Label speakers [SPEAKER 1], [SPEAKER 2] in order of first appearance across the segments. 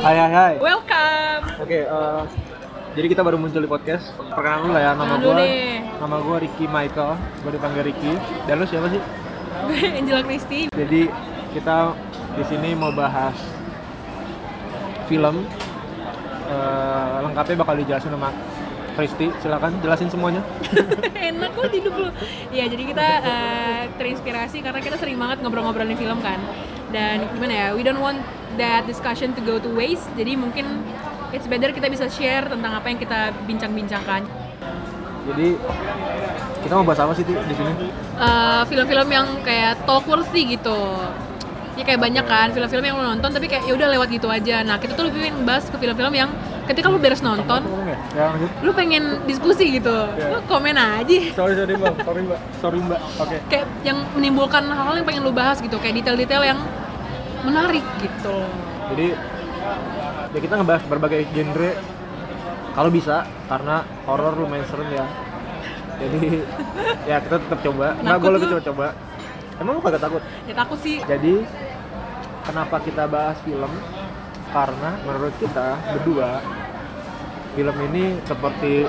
[SPEAKER 1] Hai hai hai.
[SPEAKER 2] Welcome.
[SPEAKER 1] Oke, eh, jadi kita baru muncul di podcast. Perkenalan dulu lah ya, nama
[SPEAKER 2] Perkenalan
[SPEAKER 1] gue
[SPEAKER 2] dulu nih.
[SPEAKER 1] nama gue Ricky Michael, gue dipanggil Ricky. Dan lu siapa sih?
[SPEAKER 2] Gue Angela Kristi.
[SPEAKER 1] Jadi kita di sini mau bahas film. Eh, lengkapnya bakal dijelasin sama Kristi. Silakan jelasin semuanya.
[SPEAKER 2] Enak kok hidup lu. Ya jadi kita eh, terinspirasi karena kita sering banget ngobrol-ngobrolin film kan. Dan gimana ya, we don't want that discussion to go to waste. Jadi mungkin it's better kita bisa share tentang apa yang kita bincang-bincangkan.
[SPEAKER 1] Jadi kita mau bahas apa sih Ti, di sini?
[SPEAKER 2] Eh, film-film yang kayak talk worthy gitu. Ya kayak banyak kan film-film yang lu nonton tapi kayak ya udah lewat gitu aja. Nah, kita tuh lebih pengen bahas ke film-film yang ketika lu beres nonton,
[SPEAKER 1] Ngomong ya? Ya lanjut.
[SPEAKER 2] lu pengen diskusi gitu. Lu komen aja.
[SPEAKER 1] Sorry sorry mbak, sorry mbak, sorry mbak. Oke.
[SPEAKER 2] kayak yang menimbulkan hal-hal yang pengen lu bahas gitu kayak detail-detail yang menarik gitu
[SPEAKER 1] Jadi ya kita ngebahas berbagai genre kalau bisa karena horor lumayan serem ya. Jadi ya kita tetap coba. Enggak
[SPEAKER 2] Penakut
[SPEAKER 1] gue lebih
[SPEAKER 2] lu.
[SPEAKER 1] coba coba. Emang lu kagak takut?
[SPEAKER 2] ya takut sih
[SPEAKER 1] Jadi kenapa kita bahas film? Karena menurut kita berdua film ini seperti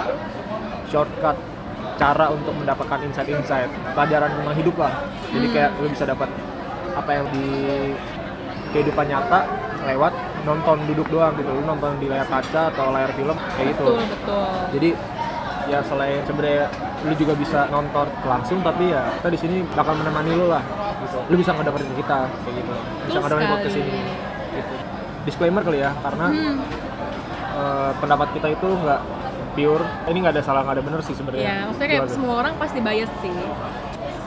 [SPEAKER 1] shortcut cara untuk mendapatkan insight-insight pelajaran tentang hidup lah. Jadi kayak lu bisa dapat apa yang di kehidupan nyata lewat nonton duduk doang gitu. Lu nonton di layar kaca atau layar film kayak gitu.
[SPEAKER 2] betul betul
[SPEAKER 1] Jadi ya selain sebenarnya lu juga bisa nonton langsung tapi ya kita di sini bakal menemani lu lah gitu. Lu bisa ngedapetin kita kayak gitu. Bisa
[SPEAKER 2] Betul
[SPEAKER 1] ngedapetin podcast
[SPEAKER 2] sekali.
[SPEAKER 1] ini. Gitu. Disclaimer kali ya karena
[SPEAKER 2] hmm
[SPEAKER 1] eh, pendapat kita itu nggak pure. Ini nggak ada salah nggak ada bener sih sebenarnya.
[SPEAKER 2] ya maksudnya kayak
[SPEAKER 1] Gimana?
[SPEAKER 2] semua orang pasti bias sih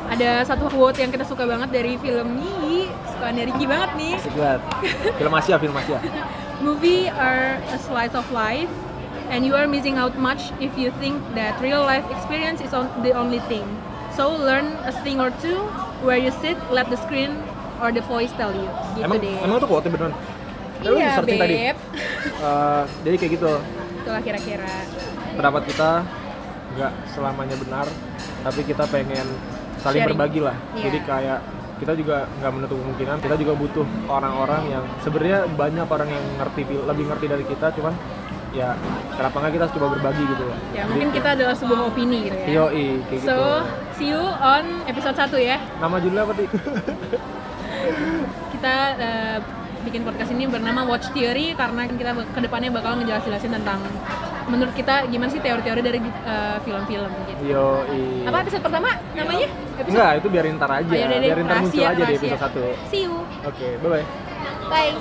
[SPEAKER 2] ada satu quote yang kita suka banget dari film Yi sukaan dari Ki banget nih
[SPEAKER 1] Asik banget. Film Asia, film Asia.
[SPEAKER 2] Gitu movie are a slice of life and you are missing out much if you think that real life experience is on the only thing so learn a thing or two where you sit let the screen or the voice tell you gitu
[SPEAKER 1] emang
[SPEAKER 2] deh
[SPEAKER 1] emang itu kuotnya beneran? Ya, lu
[SPEAKER 2] iya
[SPEAKER 1] di-searching
[SPEAKER 2] beb
[SPEAKER 1] tadi. Eh, jadi kayak gitu.
[SPEAKER 2] itulah kira-kira
[SPEAKER 1] Pendapat kita nggak selamanya benar, tapi kita pengen saling
[SPEAKER 2] Sharing.
[SPEAKER 1] berbagi lah.
[SPEAKER 2] Iya.
[SPEAKER 1] Jadi kayak kita juga nggak menutup kemungkinan kita juga butuh orang-orang yang sebenarnya banyak orang yang ngerti fil- lebih ngerti dari kita cuman ya kenapa nggak kita coba berbagi gitu loh
[SPEAKER 2] ya mungkin kita adalah sebuah opini gitu ya
[SPEAKER 1] yoi kayak
[SPEAKER 2] so
[SPEAKER 1] gitu
[SPEAKER 2] see you on episode 1 ya
[SPEAKER 1] nama judulnya apa sih
[SPEAKER 2] kita eh, bikin podcast ini bernama Watch Theory karena kita bak- kedepannya bakal ngejelasin-jelasin tentang menurut kita gimana sih teori-teori dari eh, film-film gitu
[SPEAKER 1] yoi
[SPEAKER 2] apa episode pertama namanya? episode
[SPEAKER 1] Enggak, itu biarin ntar aja.
[SPEAKER 2] Oh, yaudah deh,
[SPEAKER 1] biarin ntar muncul
[SPEAKER 2] rahasia,
[SPEAKER 1] aja di
[SPEAKER 2] rahasia.
[SPEAKER 1] episode 1. Oke,
[SPEAKER 2] see you
[SPEAKER 1] bye-bye.
[SPEAKER 2] bye